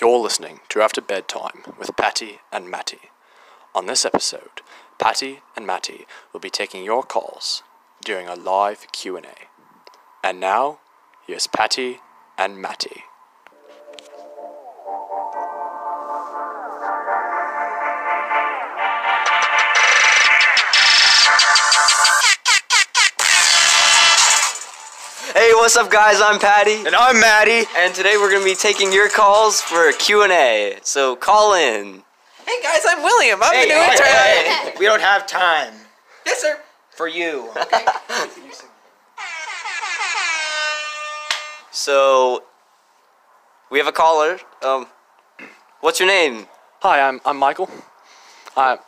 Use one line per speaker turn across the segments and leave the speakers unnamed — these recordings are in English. You're listening to After Bedtime with Patty and Matty. On this episode, Patty and Matty will be taking your calls during a live Q&A. And now, here's Patty and Matty.
Hey, what's up, guys? I'm Patty,
And I'm Maddie.
and today we're gonna be taking your calls for a Q&A. So call in.
Hey guys, I'm William. I'm the new intern.
hey, we don't have time
Yes, sir.
for you.
So we have a caller. Um, what's your name?
Hi, I'm, I'm Michael. i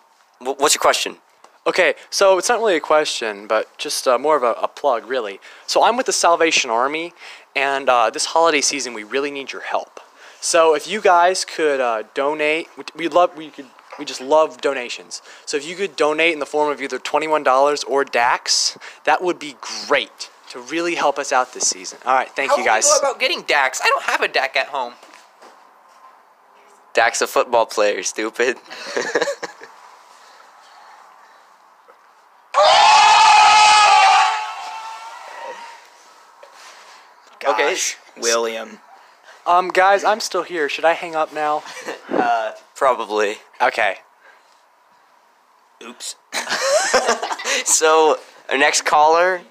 Wh- What's your question?
Okay, so it's not really a question, but just uh, more of a, a plug, really. So I'm with the Salvation Army, and uh, this holiday season, we really need your help. So if you guys could uh, donate, we- we love we could we just love donations. So if you could donate in the form of either twenty-one dollars or DAX, that would be great to really help us out this season. All right, thank
How
you
do we
guys.
go about getting DAX? I don't have a DAC at home.
Dak's a football player. Stupid.
Gosh, William.
um, guys, I'm still here. Should I hang up now?
Probably.
Okay.
Oops.
So our next caller.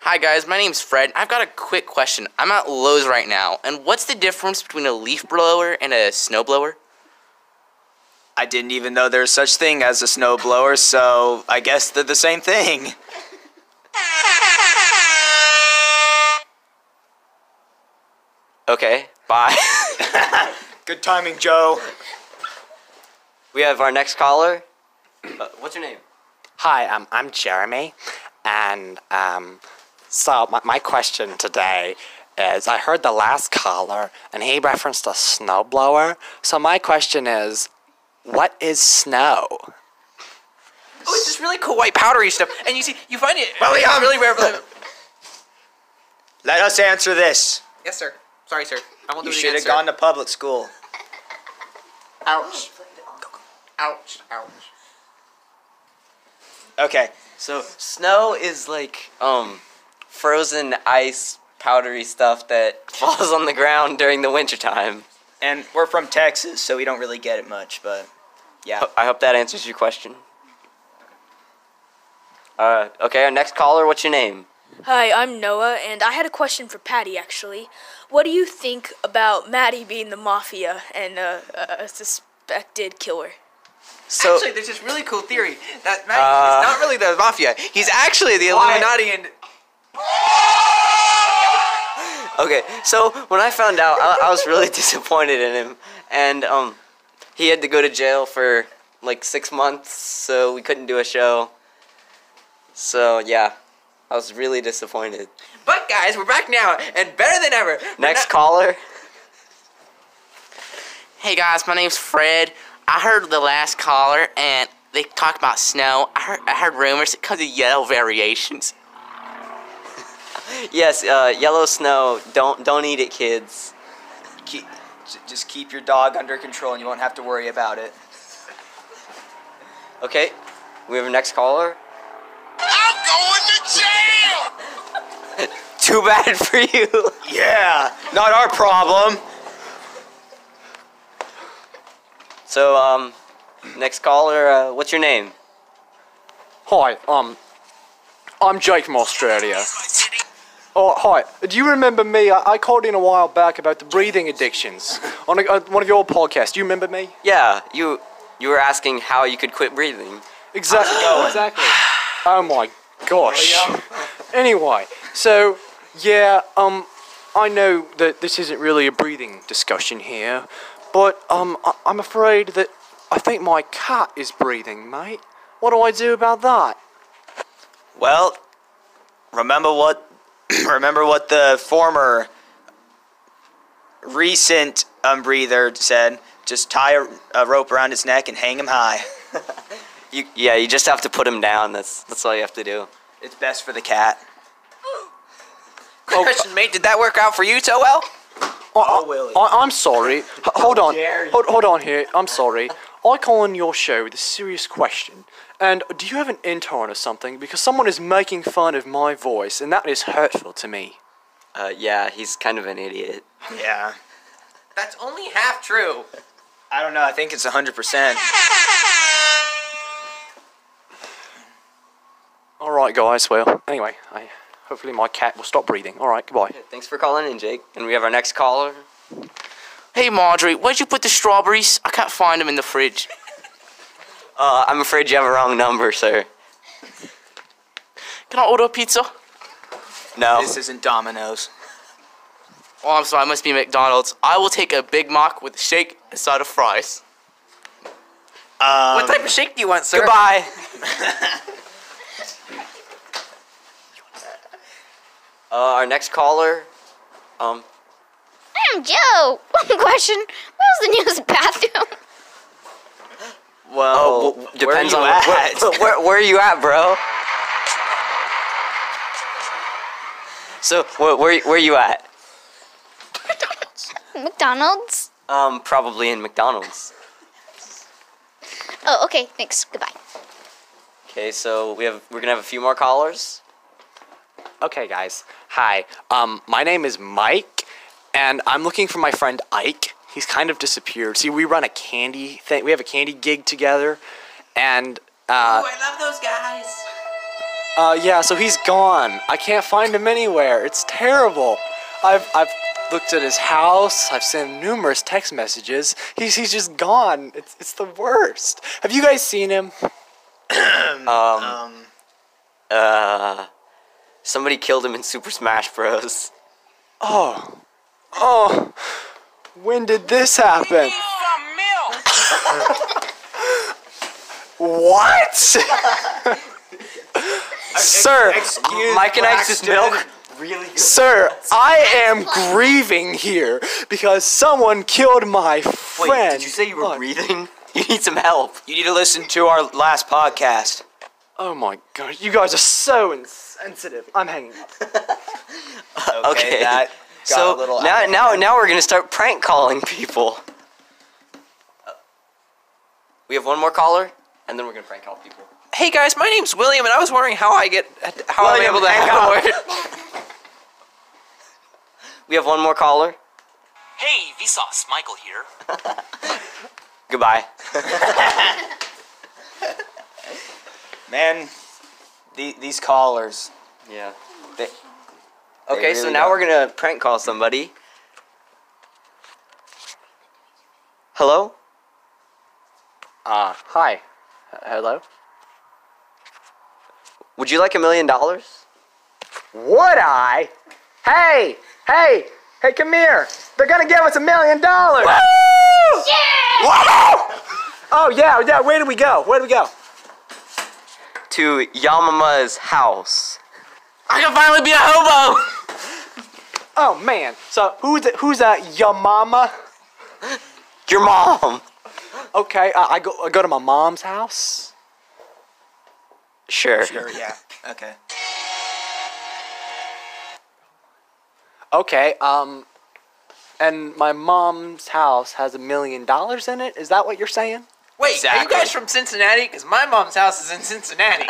Hi guys, my name's Fred. I've got a quick question. I'm at Lowe's right now, and what's the difference between a leaf blower and a snowblower?
I didn't even know there's such thing as a snowblower, so I guess they're the same thing.
Okay. Bye.
Good timing, Joe.
we have our next caller. Uh, what's your name?
Hi, um, I'm Jeremy, and um, so my, my question today is I heard the last caller and he referenced a snowblower. So my question is, what is snow?
Oh, it's this really cool white powdery stuff, and you see, you find it it's really rare. William.
Let us answer this.
yes, sir. Sorry, sir. I won't
You
do it
should
again,
have
sir.
gone to public school.
Ouch. Ouch. Ouch.
Okay.
So snow is like um frozen ice powdery stuff that falls on the ground during the wintertime.
And we're from Texas, so we don't really get it much, but yeah.
I hope that answers your question. Uh, okay, our next caller, what's your name?
Hi, I'm Noah, and I had a question for Patty actually. What do you think about Maddie being the mafia and uh, a, a suspected killer?
So
actually, there's this really cool theory that Matt is not really the mafia. He's actually the Illuminati, and
okay, so when I found out, I, I was really disappointed in him, and um, he had to go to jail for like six months, so we couldn't do a show. So yeah, I was really disappointed.
but guys, we're back now and better than ever. We're
Next
not-
caller.
Hey guys, my name's Fred. I heard the last caller and they talked about snow. I heard, I heard rumors it comes in yellow variations.
Yes, uh, yellow snow. Don't don't eat it, kids.
Keep, j- just keep your dog under control and you won't have to worry about it.
Okay, we have a next caller. I'm going to jail. Too bad for you.
Yeah, not our problem.
So um, next caller, uh, what's your name?
Hi, um, I'm Jake from Australia. Oh, hi. Do you remember me? I, I called in a while back about the breathing addictions on, a, on one of your podcasts. Do you remember me?
Yeah, you you were asking how you could quit breathing.
Exactly. Exactly. Oh my gosh. Anyway, so yeah, um, I know that this isn't really a breathing discussion here, but um, I- I'm afraid that I think my cat is breathing, mate. What do I do about that?
Well, remember what remember what the former recent unbreather said. Just tie a, a rope around its neck and hang him high.
You yeah, you just have to put him down. That's that's all you have to do.
It's best for the cat.
Oh,
Question, mate, did that work out for you so well?
I,
Willie.
I, am sorry. H- hold on. Hold, hold on here. I'm sorry. I call on your show with a serious question. And do you have an intern or something? Because someone is making fun of my voice, and that is hurtful to me.
Uh, yeah, he's kind of an idiot.
Yeah.
That's only half true.
I don't know. I think it's 100%.
All right, guys. Well, anyway, I hopefully my cat will stop breathing. All right, goodbye.
Thanks for calling in, Jake. And we have our next caller.
Hey, Marjorie, where'd you put the strawberries? I can't find them in the fridge.
Uh, I'm afraid you have a wrong number, sir.
Can I order a pizza?
No.
This isn't Domino's.
Oh, I'm sorry, I must be McDonald's. I will take a Big Mac with a shake and side of fries.
Um,
What type of shake do you want, sir?
Goodbye.
Uh, our next caller. Um,
I'm Joe. One question. Where's the nearest bathroom?
Well,
oh, w- depends
where
on
are you at?
Where, where, where are you at, bro? So where where, where you at?
McDonald's.
Um, probably in McDonald's.
Oh, okay. Thanks. Goodbye.
Okay, so we have we're gonna have a few more callers.
Okay, guys. Hi. Um, my name is Mike, and I'm looking for my friend Ike. He's kind of disappeared. See, we run a candy thing. We have a candy gig together, and uh,
Oh, I love those guys.
uh, yeah. So he's gone. I can't find him anywhere. It's terrible. I've I've looked at his house. I've sent him numerous text messages. He's he's just gone. It's it's the worst. Have you guys seen him?
Uh, somebody killed him in Super Smash Bros.
Oh, oh. When did this happen? What? sir,
Mike and Ike's milk.
sir, I am grieving here because someone killed my friend.
Wait, did you say you were
Oh,
breathing? You need some help.
You need to listen to our last podcast.
Oh my god, you guys are so insensitive. I'm hanging up.
Okay.
that got
so
a little
now
out of
now now we're gonna start prank calling people. Uh, We have one more caller, and then we're gonna prank call people.
Hey guys, my name's William, and I was wondering how I get how
William,
I'm able to
hang
hang
up.
out.
We have one more caller.
Hey, Vsauce, Michael here.
Goodbye.
Man, the, these callers.
Yeah. They- okay, so
really
now
don't.
we're gonna prank call somebody. Hello?
Uh, hi. H- hello?
Would you like a million dollars?
Would I? Hey! Hey! Hey, come here! They're gonna give us a million dollars! Oh yeah, yeah, where do we go? Where do we go?
To Yamama's house.
I can finally be a hobo!
Oh man. So who's that who's that your mama?
Your mom.
Okay, uh, I go I go to my mom's house.
Sure.
Sure, yeah. Okay.
Okay, um and my mom's house has a million dollars in it. Is that what you're saying?
Wait, are you
Exactly.
guys from Cincinnati? Because my mom's house is in Cincinnati.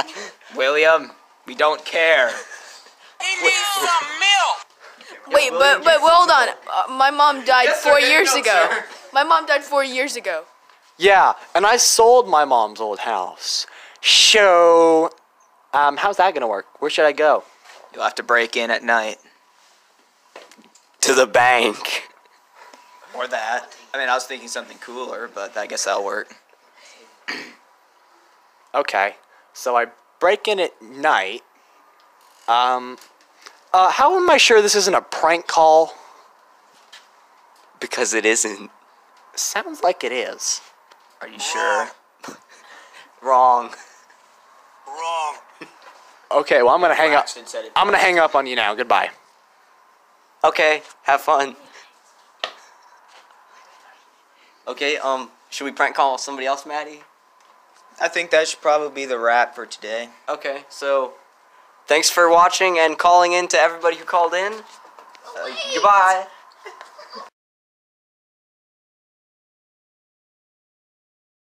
William, we don't care.
Wait, but but well, hold on. Uh, my mom died
Yes, sir.
four
There you
years
go,
ago.
sir.
My mom died four years ago.
Yeah, and I sold my mom's old house. So um how's that going to work? Where should I go?
You'll have to break in at night.
To the bank.
Or that. I mean, I was thinking something cooler, but I guess that'll work.
Okay. So I break in at night. Um uh, how am I sure this isn't a prank call?
Because it isn't.
Sounds like it is.
Are you sure?
Wrong.
Wrong.
Okay, well I'm gonna hang up.
Braxton said it.
I'm gonna hang up on you now. Goodbye.
Okay, have fun. Okay, um, should we prank call somebody else, Maddie?
I think that should probably be the wrap for today.
Okay, so thanks for watching and calling in to everybody who called in. Uh, goodbye.